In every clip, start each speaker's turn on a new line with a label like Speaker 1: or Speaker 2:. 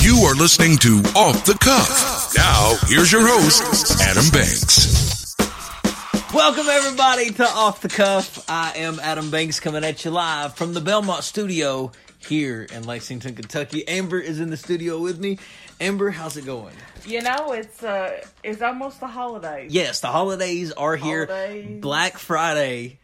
Speaker 1: You are listening to Off the Cuff. Now, here's your host, Adam Banks.
Speaker 2: Welcome, everybody, to Off the Cuff. I am Adam Banks coming at you live from the Belmont studio here in Lexington, Kentucky. Amber is in the studio with me. Amber, how's it going?
Speaker 3: You know, it's uh, it's almost the holidays.
Speaker 2: Yes, the holidays are here.
Speaker 3: Holidays.
Speaker 2: Black Friday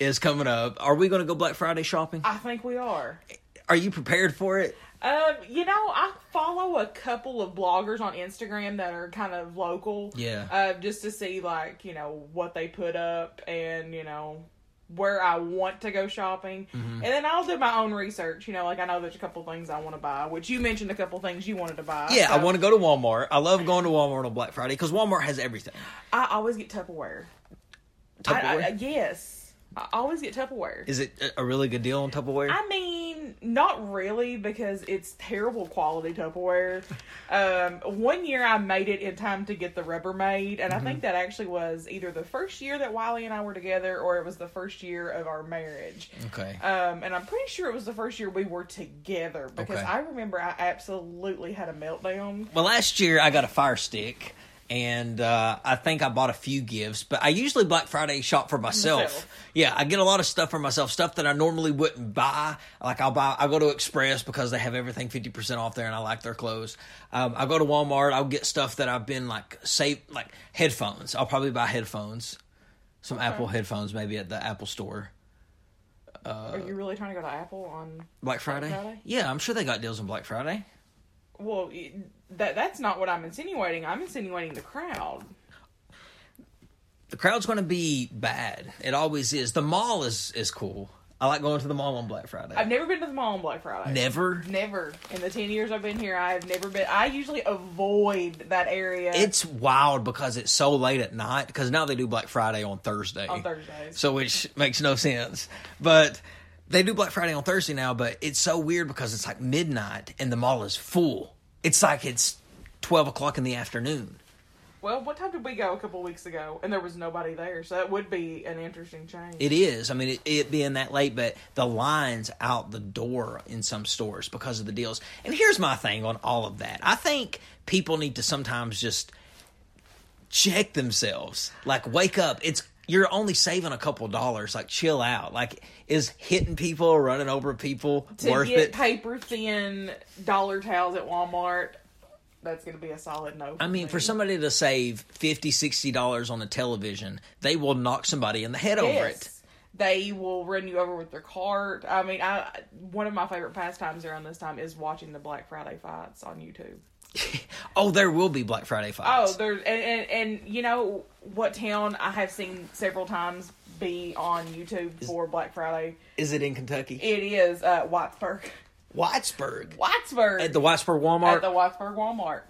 Speaker 2: is coming up. Are we going to go Black Friday shopping?
Speaker 3: I think we are.
Speaker 2: Are you prepared for it?
Speaker 3: Um, you know, I follow a couple of bloggers on Instagram that are kind of local.
Speaker 2: Yeah.
Speaker 3: Uh, just to see like you know what they put up and you know where I want to go shopping,
Speaker 2: Mm-hmm.
Speaker 3: and then I'll do my own research. You know, like I know there's a couple things I want to buy, which you mentioned a couple things you wanted to buy.
Speaker 2: Yeah, I
Speaker 3: so-
Speaker 2: want to go to Walmart. I love going to Walmart on Black Friday because Walmart has everything.
Speaker 3: I always get Tupperware. I- I-
Speaker 2: Tupperware?
Speaker 3: yes, I always get Tupperware.
Speaker 2: is it a- a really good deal on Tupperware?
Speaker 3: I mean, not really, because it's terrible quality Tupperware. Um, one year I made it in time to get the Rubbermaid, and I think that actually was either the first year that Wiley and I were together, or it was the first year of our marriage.
Speaker 2: okay.
Speaker 3: Um, and I'm pretty sure it was the first year we were together because
Speaker 2: Okay.
Speaker 3: I remember I absolutely had a meltdown.
Speaker 2: Well, last year I got a fire stick, and uh, I think I bought a few gifts. But I usually Black Friday shop for myself.
Speaker 3: Yourself.
Speaker 2: Yeah, I get a lot of stuff for myself, stuff that I normally wouldn't buy. Like I'll buy, I go to Express because they have everything fifty percent off there, and I like their clothes. Um, I go to Walmart. I'll get stuff that I've been like save, like headphones. I'll probably buy headphones, some Apple headphones, maybe at the Apple store.
Speaker 3: Are you really trying to go to Apple on?
Speaker 2: Black Friday?
Speaker 3: Friday?
Speaker 2: Yeah, I'm sure they got deals on Black Friday.
Speaker 3: Well, y- that that's not what I'm insinuating. I'm insinuating the crowd.
Speaker 2: the crowd's going to be bad. It always is. The mall is is cool. I like going to the mall on Black Friday.
Speaker 3: I've never been to the mall on Black Friday.
Speaker 2: Never.
Speaker 3: Never. In the 10 years I've been here, I have never been. I usually avoid that area.
Speaker 2: It's wild because it's so late at night. Because now they do Black Friday on Thursday.
Speaker 3: On Thursdays.
Speaker 2: So which makes no sense, but. They do Black Friday on Thursday now, but it's so weird because it's like midnight and the mall is full. It's like it's twelve o'clock in the afternoon.
Speaker 3: well, what time did we go a couple weeks ago? And there was nobody there, so that would be an interesting change.
Speaker 2: It is. I mean, it, it being that late, but the lines out the door in some stores because of the deals. And here's my thing on all of that. I think people need to sometimes just check themselves. Like, wake up. It's you're only saving a couple dollars. Like, chill out. Like, is hitting people, running over people
Speaker 3: to
Speaker 2: worth
Speaker 3: get
Speaker 2: it?
Speaker 3: paper thin dollar towels at Walmart, that's going to be a solid no.
Speaker 2: I mean, for somebody to save 50 $60 on a television, they will knock somebody in the head over it.
Speaker 3: yes, they will run you over with their cart. I mean, I one of my favorite pastimes around this time is watching the Black Friday fights on YouTube.
Speaker 2: Oh, there will be Black Friday fights.
Speaker 3: Oh, there's and, and and you know what town I have seen several times be on YouTube for Black Friday.
Speaker 2: Is it in Kentucky?
Speaker 3: It is uh, Whitesburg,
Speaker 2: Whitesburg.
Speaker 3: Whitesburg
Speaker 2: at the Whitesburg Walmart
Speaker 3: at the Whitesburg Walmart.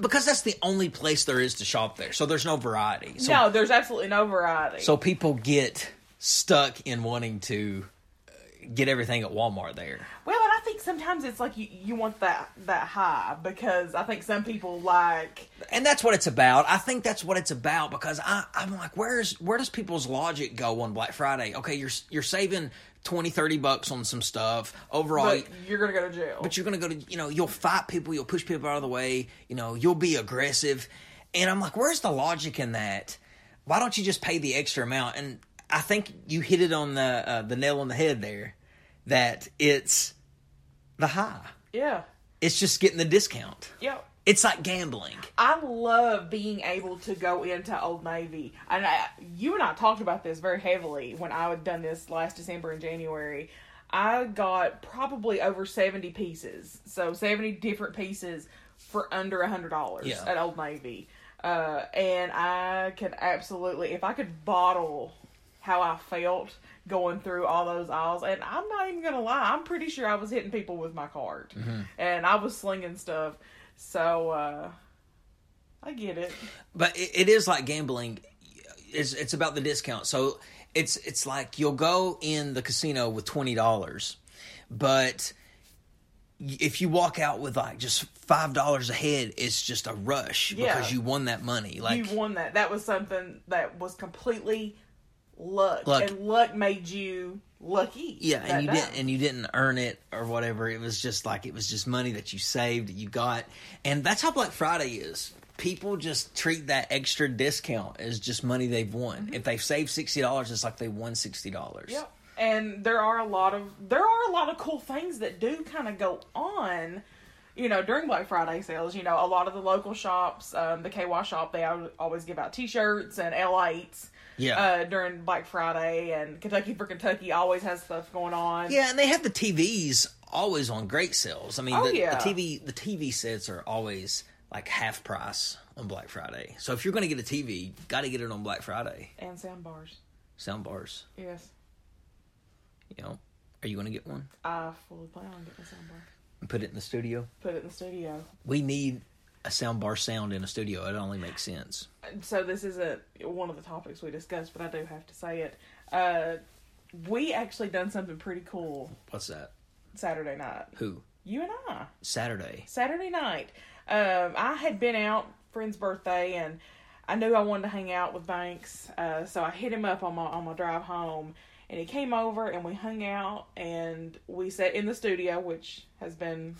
Speaker 2: because that's the only place there is to shop there. So there's no variety. So,
Speaker 3: no, there's absolutely no variety.
Speaker 2: so people get stuck in wanting to uh, get everything at Walmart there.
Speaker 3: well, and I think sometimes it's like you, you want that that high because I think some people like
Speaker 2: And that's what it's about. I think that's what it's about because I, I'm like, where's where does people's logic go on Black Friday? Okay, you're s- you're saving 20, 30 bucks on some stuff. Overall,
Speaker 3: but you're gonna go to jail.
Speaker 2: but you're gonna go to you know you'll fight people you'll push people out of the way you know you'll be aggressive and i'm like where's the logic in that why don't you just pay the extra amount and i think you hit it on the uh, the nail on the head there that it's the high
Speaker 3: yeah,
Speaker 2: it's just getting the discount
Speaker 3: yeah.
Speaker 2: it's like gambling
Speaker 3: I love being able to go into Old Navy. And I, you and I talked about this very heavily when I had done this last December and January. I got probably over 70 pieces. So 70 different pieces for under $100
Speaker 2: Yeah.
Speaker 3: at Old Navy. Uh, and I can absolutely, if I could bottle how I felt going through all those aisles, and I'm not even gonna lie, I'm pretty sure I was hitting people with my card, and I was slinging stuff. So uh, I get it.
Speaker 2: but it, it is like gambling. It's it's about the discount. So it's it's like you'll go in the casino with twenty dollars, but y- if you walk out with like just five dollars ahead, it's just a rush
Speaker 3: Yeah.
Speaker 2: because you won that money. Like
Speaker 3: you won that. That was something that was completely luck,
Speaker 2: Luck.
Speaker 3: and luck made you lucky.
Speaker 2: Yeah,
Speaker 3: that
Speaker 2: and you
Speaker 3: day.
Speaker 2: didn't and you didn't earn it or whatever. It was just like it was just money that you saved, that you got. And that's how Black Friday is. People just treat that extra discount as just money they've won. If they've saved sixty dollars, it's like they won sixty dollars.
Speaker 3: Mm-hmm. Yep. And there are a lot of there are a lot of cool things that do kind of go on, you know, during Black Friday sales. You know, a lot of the local shops, um, the KY shop, they al- always give out T-shirts and L8s.
Speaker 2: Yeah.
Speaker 3: Uh, during Black Friday and Kentucky for Kentucky always has stuff going on.
Speaker 2: Yeah, and they have the TVs always on great sales. I mean,
Speaker 3: Oh,
Speaker 2: the, the
Speaker 3: yeah.
Speaker 2: TV the TV sets are always like half price on Black Friday. So if you're going to get a TV, you got to get it on Black Friday.
Speaker 3: And sound bars.
Speaker 2: Sound bars,
Speaker 3: Yes.
Speaker 2: you know. Are you going to get one
Speaker 3: I fully plan on getting a sound bar.
Speaker 2: and put it in the studio?
Speaker 3: Put it in the studio.
Speaker 2: We need a sound bar sound in a studio. It only makes sense.
Speaker 3: so this isn't one of the topics we discussed, but I do have to say it. Uh, we actually done something pretty cool
Speaker 2: What's that?
Speaker 3: Saturday night.
Speaker 2: Who?
Speaker 3: You and I.
Speaker 2: Saturday.
Speaker 3: Saturday night. Um, I had been out friend's birthday, and I knew I wanted to hang out with Banks, uh, so I hit him up on my on my drive home, and he came over, and we hung out, and we sat in the studio, which has been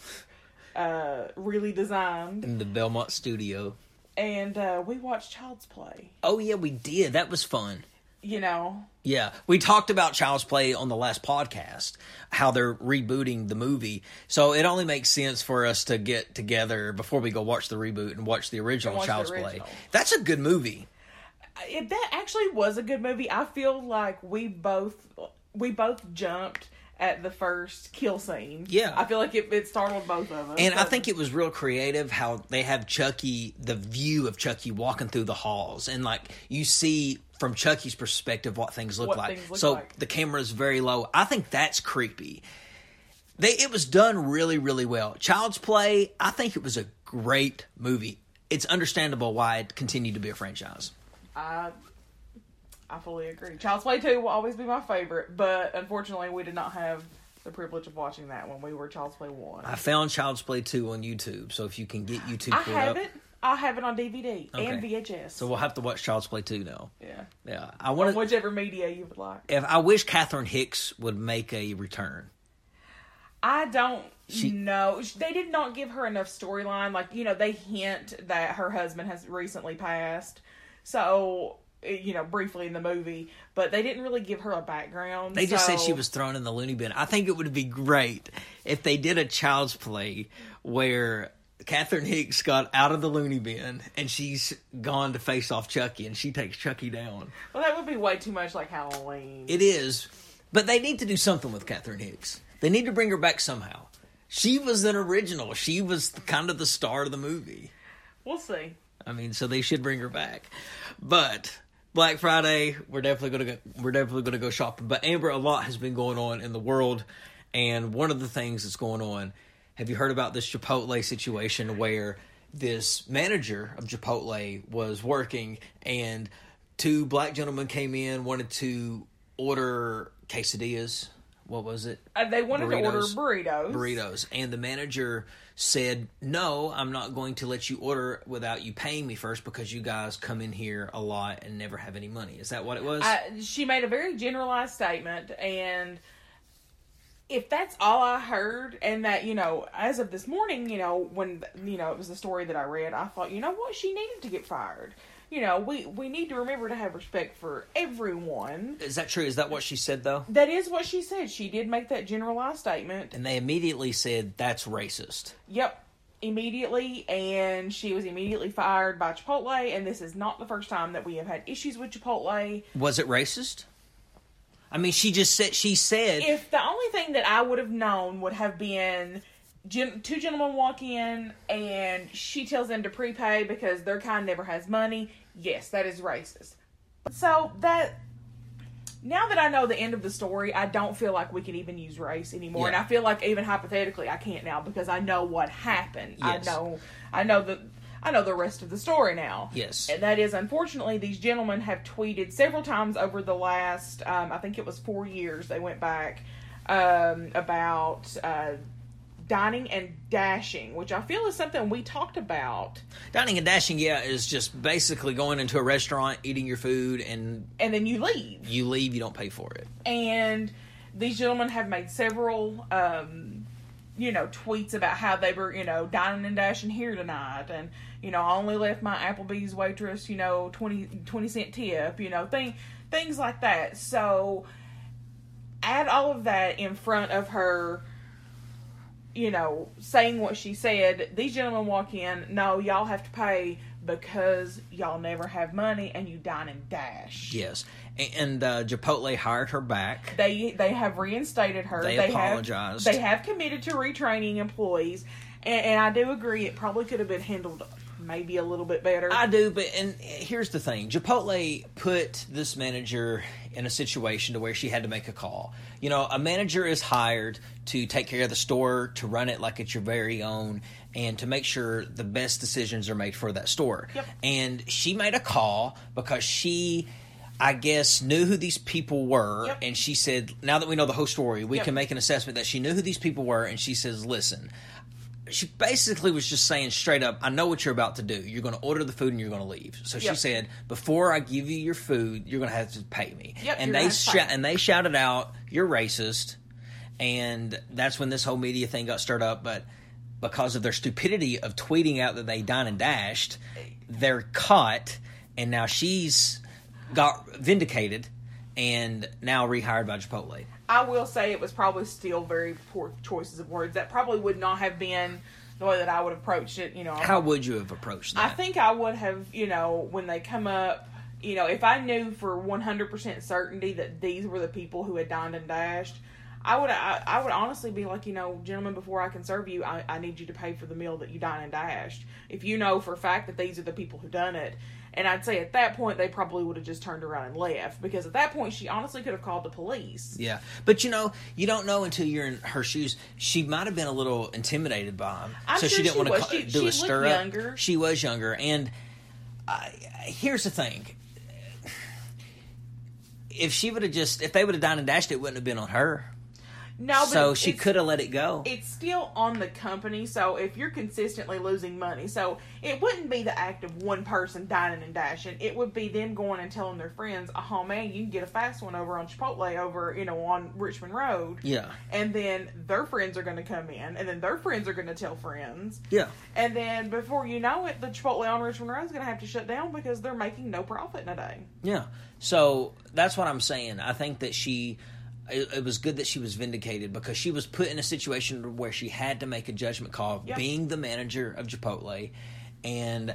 Speaker 3: uh, really designed,
Speaker 2: In the Belmont studio.
Speaker 3: and uh, we watched Child's Play.
Speaker 2: Oh yeah, we did. That was fun.
Speaker 3: You know,
Speaker 2: Yeah, we talked about Child's Play on the last podcast, how they're rebooting the movie. So it only makes sense for us to get together before we go watch the reboot and watch the original
Speaker 3: watch the
Speaker 2: Child's
Speaker 3: original.
Speaker 2: Play. That's a good movie.
Speaker 3: it, that actually was a good movie. I feel like we both we both jumped at the first kill scene.
Speaker 2: Yeah.
Speaker 3: I feel like it, it startled both of us.
Speaker 2: And I
Speaker 3: but-
Speaker 2: think it was real creative how they have Chucky, the view of Chucky walking through the halls, and like you see from Chucky's perspective what things look
Speaker 3: What
Speaker 2: like.
Speaker 3: things look
Speaker 2: so
Speaker 3: like.
Speaker 2: the camera's very low. I think that's creepy. They it was done really really well. Child's Play, I think it was a great movie. It's understandable why it continued to be a franchise.
Speaker 3: I fully agree. Child's Play Two will always be my favorite, but unfortunately, we did not have the privilege of watching that when we were Child's Play One.
Speaker 2: I found Child's Play 2 on YouTube, so if you can get YouTube
Speaker 3: I
Speaker 2: pulled
Speaker 3: have
Speaker 2: up.
Speaker 3: it. I have it on DVD and
Speaker 2: Okay.
Speaker 3: VHS.
Speaker 2: So we'll have to watch Child's Play 2 now.
Speaker 3: yeah,
Speaker 2: Yeah. I want to
Speaker 3: whichever media you would like.
Speaker 2: if I wish Catherine Hicks would make a return.
Speaker 3: I don't
Speaker 2: She-
Speaker 3: know. Sh- They did not give her enough storyline. Like, you know, they hint that her husband has recently passed. So, eh, you know, briefly in the movie, but they didn't really give her a background.
Speaker 2: They just said
Speaker 3: so-
Speaker 2: she was thrown in the loony bin. I think it would be great if they did a child's play where Catherine Hicks got out of the loony bin and she's gone to face off Chucky and she takes Chucky down.
Speaker 3: Well, that would be way too much like Halloween.
Speaker 2: It is, but they need to do something with Catherine Hicks. They need to bring her back somehow. She was an original. She was kind of the star of the movie.
Speaker 3: we'll see.
Speaker 2: I mean, so they should bring her back. But Black Friday, we're definitely gonna go, we're definitely gonna go shopping. But Amber, a lot has been going on in the world, and one of the things that's going on. Have you heard about this Chipotle situation where this manager of Chipotle was working and two black gentlemen came in wanted to order quesadillas. What was it?
Speaker 3: Uh, they wanted to order burritos.
Speaker 2: burritos and the manager said no i'm not going to let you order without you paying me first because you guys come in here a lot and never have any money is that what it was
Speaker 3: I, she made a very generalized statement and if that's all i heard and that you know as of this morning you know when you know it was the story that i read i thought you know what she needed to get fired you know we we need to remember to have respect for everyone
Speaker 2: is that true is that what she said though
Speaker 3: that is what she said she did make that generalized statement
Speaker 2: and they immediately said that's racist
Speaker 3: yep immediately and she was immediately fired by chipotle and this is not the first time that we have had issues with chipotle
Speaker 2: was it racist i mean she just said she said
Speaker 3: if the only thing that I would have known would have been gen- two gentlemen walk in and she tells them to prepay because their kind never has money, yes, that is racist. So that now that I know the end of the story, I don't feel like we can even use race anymore, and
Speaker 2: Yeah.
Speaker 3: I feel like even hypothetically I can't now because I know what happened.
Speaker 2: Yes.
Speaker 3: I know, I know the. I know the rest of the story now.
Speaker 2: Yes.
Speaker 3: And that is, unfortunately, these gentlemen have tweeted several times over the last, um, I think it was four years, they went back um, about uh, dining and dashing, which I feel is something we talked about.
Speaker 2: dining and dashing yeah is just basically going into a restaurant eating your food and
Speaker 3: And then you leave.
Speaker 2: you leave you don't pay for it
Speaker 3: And these gentlemen have made several, um, you know, tweets about how they were, you know, dining and dashing here tonight, and you know, I only left my Applebee's waitress, you know, 20, 20 cent tip, you know, thing, things like that. So add all of that in front of her you know, saying what she said, these gentlemen walk in, no, y'all have to pay because y'all never have money and you dine and dash.
Speaker 2: Yes, and, and uh, Chipotle hired her back.
Speaker 3: They they have reinstated her.
Speaker 2: They apologized.
Speaker 3: Have, they have committed to retraining employees, and, and I do agree it probably could have been handled maybe a little bit better.
Speaker 2: I do, but and here's the thing: Chipotle put this manager in a situation to where she had to make a call. You know, a manager is hired to take care of the store, to run it like it's your very own, and to make sure the best decisions are made for that store.
Speaker 3: Yep.
Speaker 2: And she made a call because she. I guess knew who these people were,
Speaker 3: Yep.
Speaker 2: and she said, "Now that we know the whole story, we
Speaker 3: Yep.
Speaker 2: can make an assessment that she knew who these people were." And she says, "Listen, she basically was just saying straight up, I know what you're about to do. You're going to order the food and you're going to leave. So she
Speaker 3: Yep.
Speaker 2: said, before I give you your food, you're going to have to pay me.
Speaker 3: Yep,
Speaker 2: and
Speaker 3: you're
Speaker 2: they
Speaker 3: gonna have to pay.
Speaker 2: and they shouted out, "You're racist," and that's when this whole media thing got stirred up. But because of their stupidity of tweeting out that they dine and dashed, they're caught, and now she's got vindicated and now rehired by Chipotle.
Speaker 3: I will say it was probably still very poor choices of words. That probably would not have been the way that I would approach it. You know,
Speaker 2: How would you have approached
Speaker 3: I
Speaker 2: that?
Speaker 3: think I would have, you know, when they come up, you know, if I knew for 100% certainty that these were the people who had dined and dashed, I would I, I would honestly be like, you know, gentlemen, before I can serve you, I, I need you to pay for the meal that you dined and dashed. If you know for a fact that these are the people who done it. And I'd say at that point they probably would have just turned around and left because at that point she honestly could have called the police.
Speaker 2: Yeah, but you know, you don't know until you're in her shoes. She might have been a little intimidated by him,
Speaker 3: I'm
Speaker 2: so she
Speaker 3: sure
Speaker 2: didn't
Speaker 3: she
Speaker 2: want
Speaker 3: was.
Speaker 2: to
Speaker 3: She-
Speaker 2: do
Speaker 3: she
Speaker 2: a
Speaker 3: looked
Speaker 2: stir
Speaker 3: younger.
Speaker 2: up. She was younger, and I, here's the thing: if she would have just, if they would have dined and dashed, it wouldn't have been on her.
Speaker 3: No, Oh, but
Speaker 2: so
Speaker 3: it's-
Speaker 2: she
Speaker 3: it's-
Speaker 2: could have let it go.
Speaker 3: it's still on the company. So if you're consistently losing money, so it wouldn't be the act of one person dining and dashing. It would be them going and telling their friends, "Oh man, you can get a fast one over on Chipotle over, you know, on Richmond Road."
Speaker 2: yeah,
Speaker 3: And then their friends are going to come in, and then their friends are going to tell friends,
Speaker 2: yeah,
Speaker 3: and then before you know it, the Chipotle on Richmond Road is going to have to shut down because they're making no profit in a day.
Speaker 2: yeah. So that's what I'm saying. I think that she. It, it was good that she was vindicated because she was put in a situation where she had to make a judgment call,
Speaker 3: Yeah.
Speaker 2: being the manager of Chipotle, and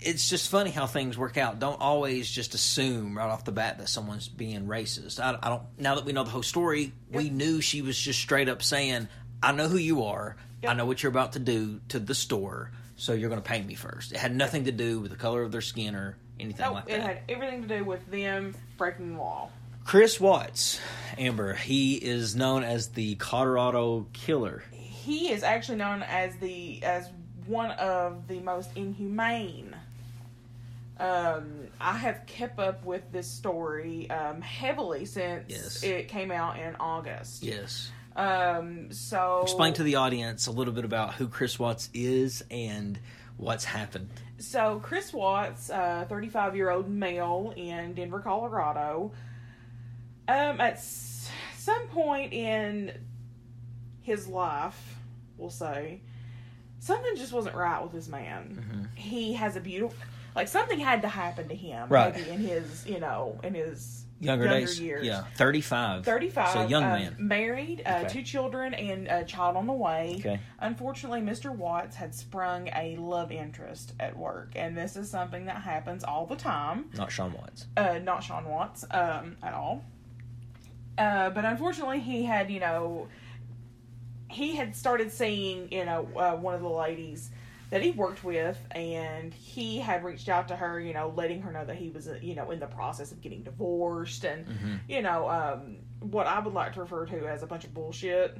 Speaker 2: it's just funny how things work out. Don't always just assume right off the bat that someone's being racist. I, I don't. Now that we know the whole story, we knew she was just straight up saying, "I know who you are. I
Speaker 3: Yep.
Speaker 2: know what you're about to do to the store. So you're going to pay me first. It had nothing to do with the color of their skin or anything
Speaker 3: No,
Speaker 2: like that.
Speaker 3: it had everything to do with them breaking the law.
Speaker 2: Chris Watts, Amber. He is known as the Colorado Killer.
Speaker 3: he is actually known as the as one of the most inhumane. Um, I have kept up with this story um, heavily since
Speaker 2: Yes.
Speaker 3: it came out in August.
Speaker 2: Yes.
Speaker 3: Um, so
Speaker 2: Explain to the audience a little bit about who Chris Watts is and what's happened.
Speaker 3: So Chris Watts, uh, 35 year old male in Denver, Colorado, um, at s- some point in his life, we'll say, something just wasn't right with this man.
Speaker 2: Mm-hmm.
Speaker 3: He has a beautiful, like something had to happen to him,
Speaker 2: Right.
Speaker 3: maybe in his, you know, in his
Speaker 2: Younger, days.
Speaker 3: years.
Speaker 2: Yeah, thirty-five.
Speaker 3: 35.
Speaker 2: So young
Speaker 3: um,
Speaker 2: man.
Speaker 3: Married, uh,
Speaker 2: Okay.
Speaker 3: two children, and a child on the way.
Speaker 2: Okay.
Speaker 3: Unfortunately, Mr. Watts had sprung a love interest at work, and this is something that happens all the time.
Speaker 2: Not Sean Watts.
Speaker 3: Uh, not Sean Watts um, at all. Uh, but unfortunately, he had, you know, he had started seeing, you know, uh, one of the ladies that he worked with, and he had reached out to her, you know, letting her know that he was, uh, you know, in the process of getting divorced, and you know, um, what I would like to refer to as a bunch of bullshit.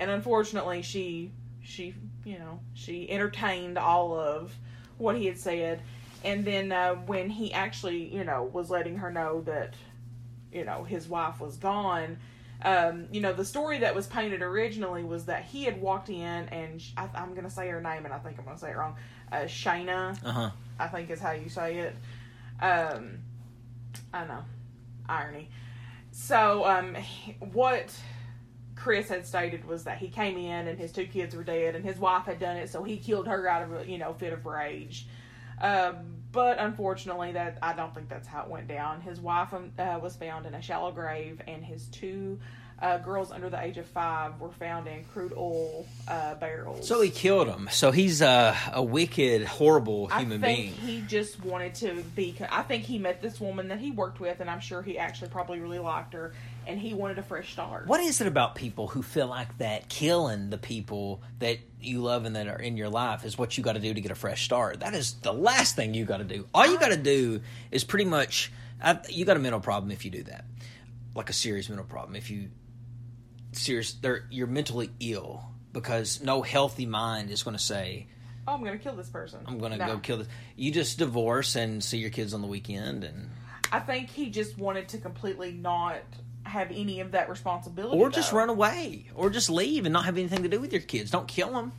Speaker 3: And unfortunately, she, she, you know, she entertained all of what he had said, and then uh, when he actually, you know, was letting her know that you know his wife was gone um, you know the story that was painted originally was that he had walked in and sh- I, i'm gonna say her name and i think i'm gonna say it wrong uh, shayna
Speaker 2: Uh huh.
Speaker 3: i think is how you say it um, i know irony So, um, he- what Chris had stated was that he came in and his two kids were dead, and his wife had done it, so he killed her out of a you know fit of rage. Um, but unfortunately, that I don't think that's how it went down. His wife um, uh, was found in a shallow grave, and his two uh, girls under the age of five were found in crude oil uh, barrels.
Speaker 2: So he killed him. So he's a, a wicked, horrible
Speaker 3: I
Speaker 2: human
Speaker 3: think
Speaker 2: being.
Speaker 3: he just wanted to be. I think he met this woman that he worked with, and I'm sure he actually probably really liked her, and he wanted a fresh start.
Speaker 2: What is it about people who feel like that killing the people that you love and that are in your life is what you got to do to get a fresh start? That is the last thing you got to do. All you got to do is pretty much I, you got a mental problem if you do that, like a serious mental problem. If you serious, they're, you're mentally ill because no healthy mind is going to say,
Speaker 3: Oh, I'm gonna kill this person.
Speaker 2: "I'm going to
Speaker 3: No.
Speaker 2: go kill this." You just divorce and see your kids on the weekend and.
Speaker 3: I think he just wanted to completely not have any of that responsibility,
Speaker 2: or just
Speaker 3: though.
Speaker 2: run away or just leave and not have anything to do with your kids don't kill them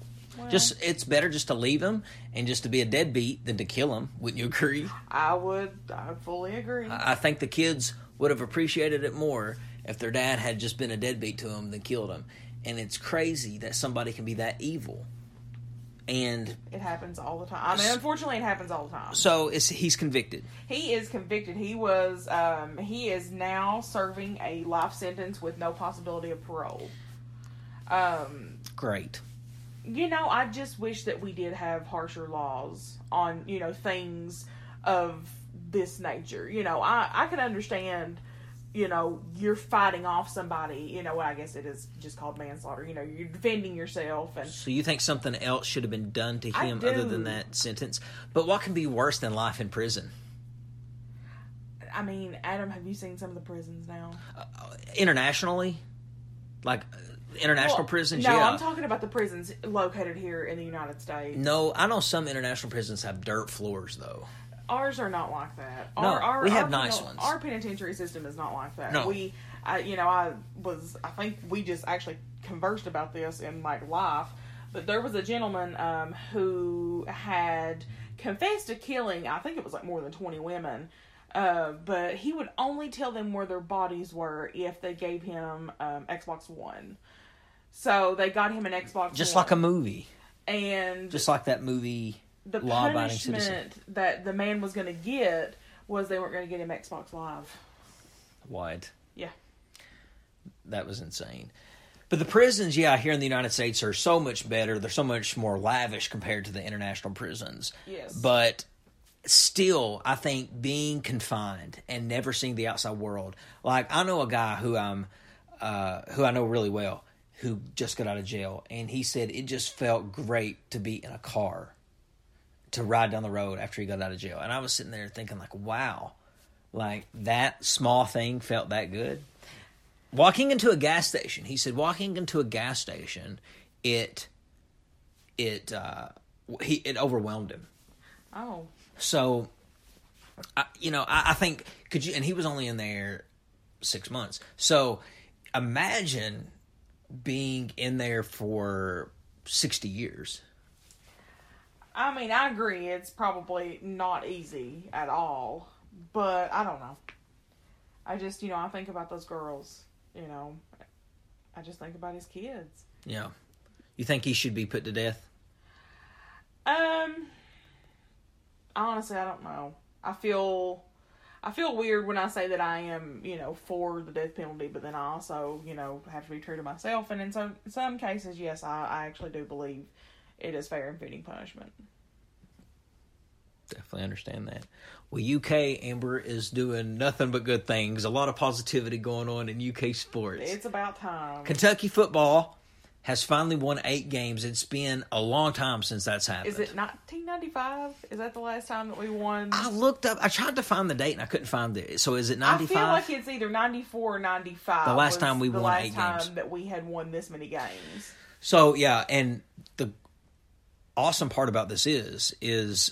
Speaker 2: just it's better just to leave them and just to be a deadbeat than to kill them wouldn't you agree
Speaker 3: I would. I fully agree.
Speaker 2: i I think the kids would have appreciated it more if their dad had just been a deadbeat to them than killed them and it's crazy that somebody can be that evil and
Speaker 3: it happens all the time. I mean, unfortunately, it happens all the time.
Speaker 2: so it's, he's convicted
Speaker 3: He is convicted. He was. Um, he is now serving a life sentence with no possibility of parole. Um,
Speaker 2: great
Speaker 3: you know, I just wish that we did have harsher laws on, you know, things of this nature. You know, I, I can understand, you know, you're fighting off somebody, you know, I guess it is just called manslaughter. You know, you're defending yourself and
Speaker 2: so you think something else should have been done to
Speaker 3: I
Speaker 2: him other
Speaker 3: do.
Speaker 2: than that sentence but what can be worse than life in prison
Speaker 3: I mean, Adam, have you seen some of the prisons now?
Speaker 2: internationally, like uh, international
Speaker 3: Well,
Speaker 2: prisons.
Speaker 3: Oh, No,
Speaker 2: yeah.
Speaker 3: I'm talking about the prisons located here in the United States.
Speaker 2: no, I know some international prisons have dirt floors though.
Speaker 3: Ours are not like that.
Speaker 2: No,
Speaker 3: Our, our,
Speaker 2: we have
Speaker 3: our
Speaker 2: nice
Speaker 3: penal-
Speaker 2: ones.
Speaker 3: Our penitentiary system is not like that.
Speaker 2: No.
Speaker 3: We, I, you know, I was, I think we just actually conversed about this in like life, but there was a gentleman um, who had confessed to killing, I think it was like more than 20 women, uh, but he would only tell them where their bodies were if they gave him um, Xbox One. So they got him an Xbox
Speaker 2: Just
Speaker 3: One.
Speaker 2: like a movie,
Speaker 3: And
Speaker 2: just like that movie.
Speaker 3: the
Speaker 2: Law-abiding citizen.
Speaker 3: punishment that the man was going to get was they weren't going to get him Xbox Live.
Speaker 2: What?
Speaker 3: Yeah.
Speaker 2: That was insane. But the prisons, yeah, here in the United States are so much better. They're so much more lavish compared to the international prisons.
Speaker 3: Yes.
Speaker 2: But still, I think being confined and never seeing the outside world. Like I know a guy who I'm, uh, who I know really well, who just got out of jail, and he said it just felt great to be in a car, to ride down the road after he got out of jail. And I was sitting there thinking, like, wow, like that small thing felt that good. Walking into a gas station, he said. Walking into a gas station, it, it, uh, he it overwhelmed him.
Speaker 3: Oh.
Speaker 2: So, I, you know, I, I think could you? And he was only in there six months. So, imagine being in there for sixty years.
Speaker 3: I mean, I agree. It's probably not easy at all, but I don't know. I just, you know, I think about those girls, you know. I just think about his kids.
Speaker 2: Yeah, you think he should be put to death?
Speaker 3: Um honestly, I don't know. I feel I feel weird when I say that I am, you know, for the death penalty, but then I also, you know, have to be true to myself. And in some some cases, yes, I, I actually do believe it is fair and fitting punishment.
Speaker 2: Definitely understand that. Well, UK Amber is doing nothing but good things. A lot of positivity going on in UK sports.
Speaker 3: It's about time.
Speaker 2: Kentucky football has finally won eight games. It's been a long time since that's happened.
Speaker 3: Is it 1995? Is that the last time that we won?
Speaker 2: I looked up. I tried to find the date and I couldn't find it. So is it
Speaker 3: I
Speaker 2: ninety
Speaker 3: feel like
Speaker 2: five?
Speaker 3: it's either 94 or 95.
Speaker 2: The last
Speaker 3: was
Speaker 2: time we
Speaker 3: the
Speaker 2: won
Speaker 3: last
Speaker 2: eight
Speaker 3: time
Speaker 2: games.
Speaker 3: that we had won this many games.
Speaker 2: So yeah, and the awesome part about this is is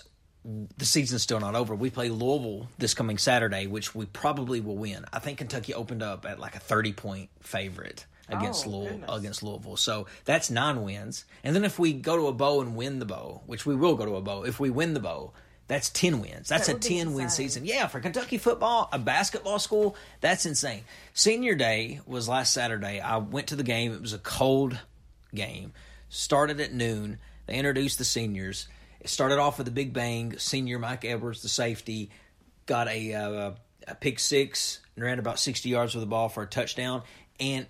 Speaker 2: the season's still not over. We play Louisville this coming Saturday, which we probably will win. I think Kentucky opened up at like a thirty point favorite against
Speaker 3: Oh,
Speaker 2: Louisville.
Speaker 3: goodness.
Speaker 2: Against Louisville, so that's nine wins. And then if we go to a bowl and win the bowl, which we will go to a bowl, if we win the bowl, That's 10 wins. That's
Speaker 3: That
Speaker 2: a
Speaker 3: would be
Speaker 2: 10 win
Speaker 3: insane.
Speaker 2: season. Yeah, for Kentucky football, a basketball school, that's insane. Senior day was last Saturday. I went to the game. It was a cold game. Started at noon. They introduced the seniors. It started off with a big bang. Senior Mike Edwards, the safety, got a, uh, a pick six and ran about 60 yards with the ball for a touchdown. And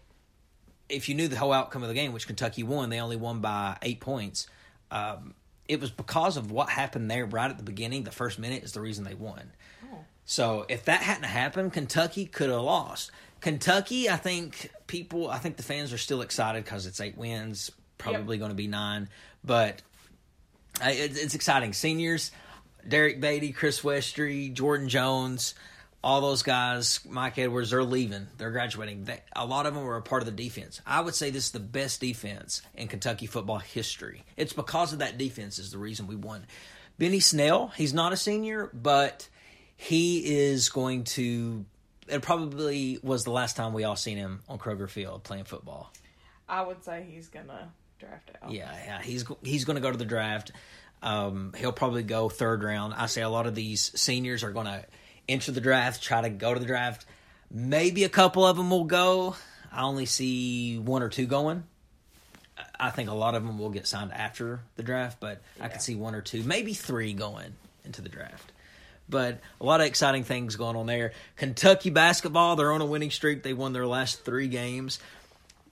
Speaker 2: if you knew the whole outcome of the game, which Kentucky won, they only won by eight points. Um, it was because of what happened there right at the beginning. The first minute is the reason they won. So if that hadn't happened, Kentucky could have lost. Kentucky, I think people, I think the fans are still excited because it's eight wins, probably going to be nine, but I- it's, it's exciting. Seniors, Derek Beatty, Chris Westry, Jordan Jones, all those guys, Mike Edwards, they're leaving. They're graduating. They, a lot of them were a part of the defense. I would say this is the best defense in Kentucky football history. It's because of that defense is the reason we won. Benny Snell, he's not a senior, but he is going to. It probably was the last time we all seen him on Kroger Field playing football.
Speaker 3: I would say he's gonna draft out.
Speaker 2: Yeah, yeah, he's go- he's going to go to the draft. Um, he'll probably go third round. I say a lot of these seniors are going to enter the draft, try to go to the draft. Maybe a couple of them will go. I only see one or two going. I- I think a lot of them will get signed after the draft, but I could see one or two, maybe three going into the draft. But a lot of exciting things going on there. Kentucky basketball, they're on a winning streak. They won their last three games.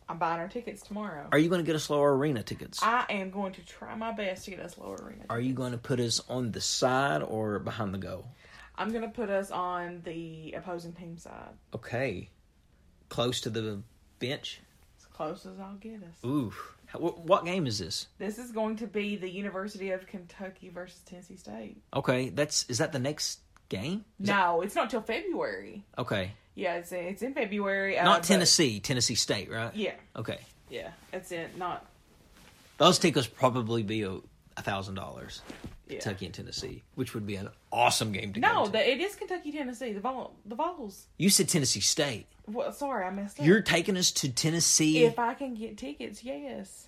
Speaker 3: I'm buying our tickets tomorrow.
Speaker 2: Are you going to get us lower arena tickets?
Speaker 3: I am going to try my best to get us lower arena.
Speaker 2: Are you going to put us on the side or behind the goal?
Speaker 3: I'm gonna put us on the opposing team side,
Speaker 2: Okay. Close to the bench?
Speaker 3: as close as I'll get us.
Speaker 2: Ooh. How- wh- What game is this?
Speaker 3: This is going to be the University of Kentucky versus Tennessee State.
Speaker 2: Okay, that's is that the next game? Is that-
Speaker 3: No, it's not till February.
Speaker 2: okay.
Speaker 3: Yeah, it's in, it's in February. uh,
Speaker 2: Not
Speaker 3: but-
Speaker 2: Tennessee, Tennessee State, right?
Speaker 3: Yeah,
Speaker 2: Okay.
Speaker 3: yeah, it's in not.
Speaker 2: Those tickets probably be a a thousand dollars.
Speaker 3: Yeah.
Speaker 2: Kentucky and Tennessee, which would be an awesome game to go
Speaker 3: No,
Speaker 2: to.
Speaker 3: the, it is Kentucky Tennessee. The Vol the Vols.
Speaker 2: you said Tennessee State.
Speaker 3: Well, sorry, I messed up.
Speaker 2: You're taking us to Tennessee.
Speaker 3: if I can get tickets, yes.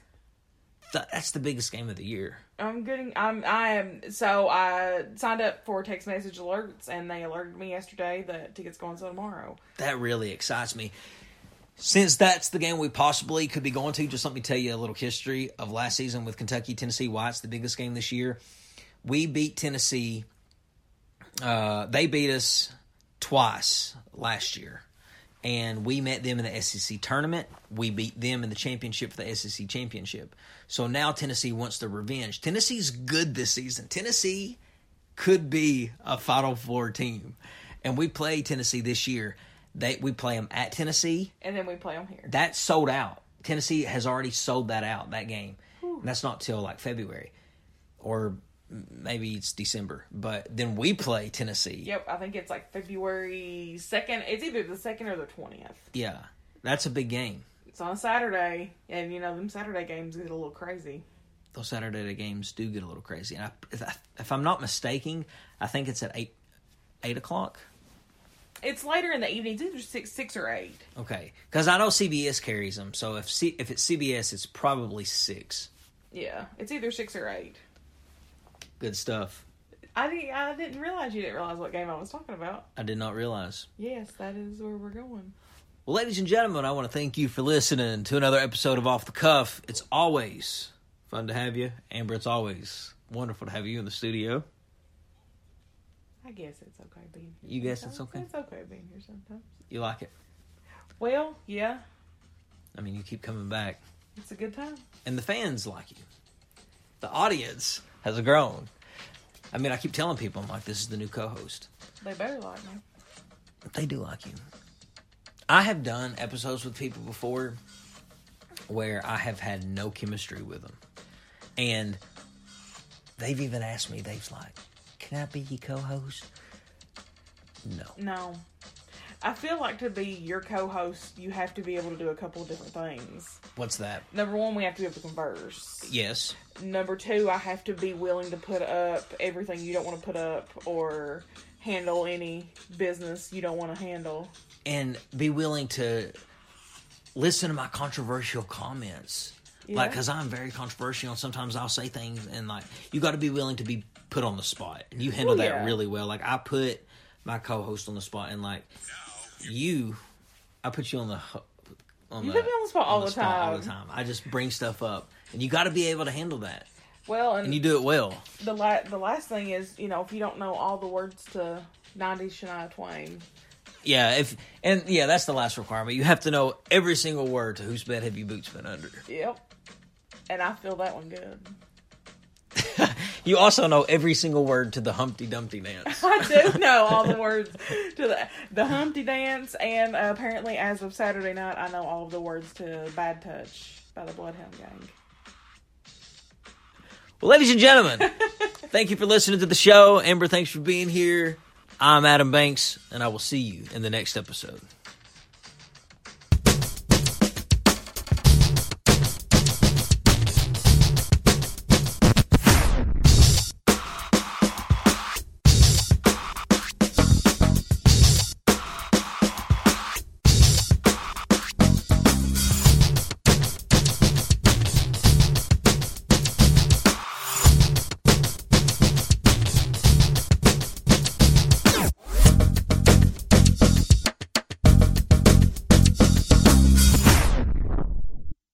Speaker 2: Th- that's the biggest game of the year.
Speaker 3: I'm getting. I'm. I am. So I signed up for text message alerts, and they alerted me yesterday that tickets go on sale tomorrow.
Speaker 2: that really excites me. Since that's the game we possibly could be going to, just let me tell you a little history of last season with Kentucky Tennessee. Why it's the biggest game this year. We beat Tennessee. Uh, they beat us twice last year, and we met them in the SEC tournament. We beat them in the championship for the SEC championship. So now Tennessee wants their revenge. Tennessee's good this season. Tennessee could be a Final Four team, and we play Tennessee this year. They we play them at Tennessee.
Speaker 3: And then we play them here.
Speaker 2: That's sold out. Tennessee has already sold that out that game. And that's not till like February, or m- maybe it's December. But then we play Tennessee.
Speaker 3: Yep, I think it's like February second. It's either the second or the twentieth.
Speaker 2: Yeah, that's a big game.
Speaker 3: It's on a Saturday, and you know them Saturday games get a little crazy.
Speaker 2: Those Saturday night games do get a little crazy. And I, if, I, if I'm not mistaken, I think it's at eight eight o'clock.
Speaker 3: It's later in the evening. It's either six, six or eight.
Speaker 2: Okay, because I know CBS carries them. So if C, if it's CBS, it's probably six.
Speaker 3: Yeah, it's either six or eight.
Speaker 2: Good stuff.
Speaker 3: I didn't. I didn't realize you didn't realize what game I was talking about.
Speaker 2: I did not realize.
Speaker 3: Yes, that is where we're going.
Speaker 2: Well, ladies and gentlemen, I want to thank you for listening to another episode of Off the Cuff. It's always fun to have you. Amber, it's always wonderful to have you in the studio.
Speaker 3: I guess it's okay being. Here
Speaker 2: You guess it's
Speaker 3: sometimes.
Speaker 2: okay?
Speaker 3: It's okay being here sometimes.
Speaker 2: You like it?
Speaker 3: Well, yeah,
Speaker 2: I mean, you keep coming back.
Speaker 3: it's a good time.
Speaker 2: And the fans like you. The audience has grown. I mean, I keep telling people, I'm like, this is the new co host.
Speaker 3: They better like me.
Speaker 2: They do like you. I have done episodes with people before where I have had no chemistry with them. And they've even asked me, they've like, can I be your co host? No.
Speaker 3: No. I feel like to be your co-host, you have to be able to do a couple of different things.
Speaker 2: What's that?
Speaker 3: Number one, we have to be able to converse.
Speaker 2: Yes.
Speaker 3: Number two, I have to be willing to put up everything you don't want to put up or handle any business you don't want to handle.
Speaker 2: And be willing to listen to my controversial comments. Like,
Speaker 3: Yeah.
Speaker 2: because I'm very controversial, and sometimes I'll say things, and like, you got to be willing to be put on the spot. And you handle
Speaker 3: Well,
Speaker 2: that
Speaker 3: yeah.
Speaker 2: really well. Like, I put my co-host on the spot, and like, you, I put you on the. ho- On
Speaker 3: You put me on the spot all the
Speaker 2: all the time. I just bring stuff up, and you got to be able to handle that,
Speaker 3: Well, and,
Speaker 2: and you do it well.
Speaker 3: the la- the last thing is, you know, if you don't know all the words to '90s Shania Twain,
Speaker 2: Yeah, if and yeah, that's the last requirement. You have to know every single word to whose bed have you boots been under.
Speaker 3: yep. And I feel that one good.
Speaker 2: You also know every single word to the Humpty Dumpty dance.
Speaker 3: I do know all the words to the the Humpty Dance, and uh, apparently, as of Saturday night, I know all of the words to "Bad Touch" by the Bloodhound Gang.
Speaker 2: Well, ladies and gentlemen, thank you for listening to the show. Amber, thanks for being here. I'm Adam Banks, and I will see you in the next episode.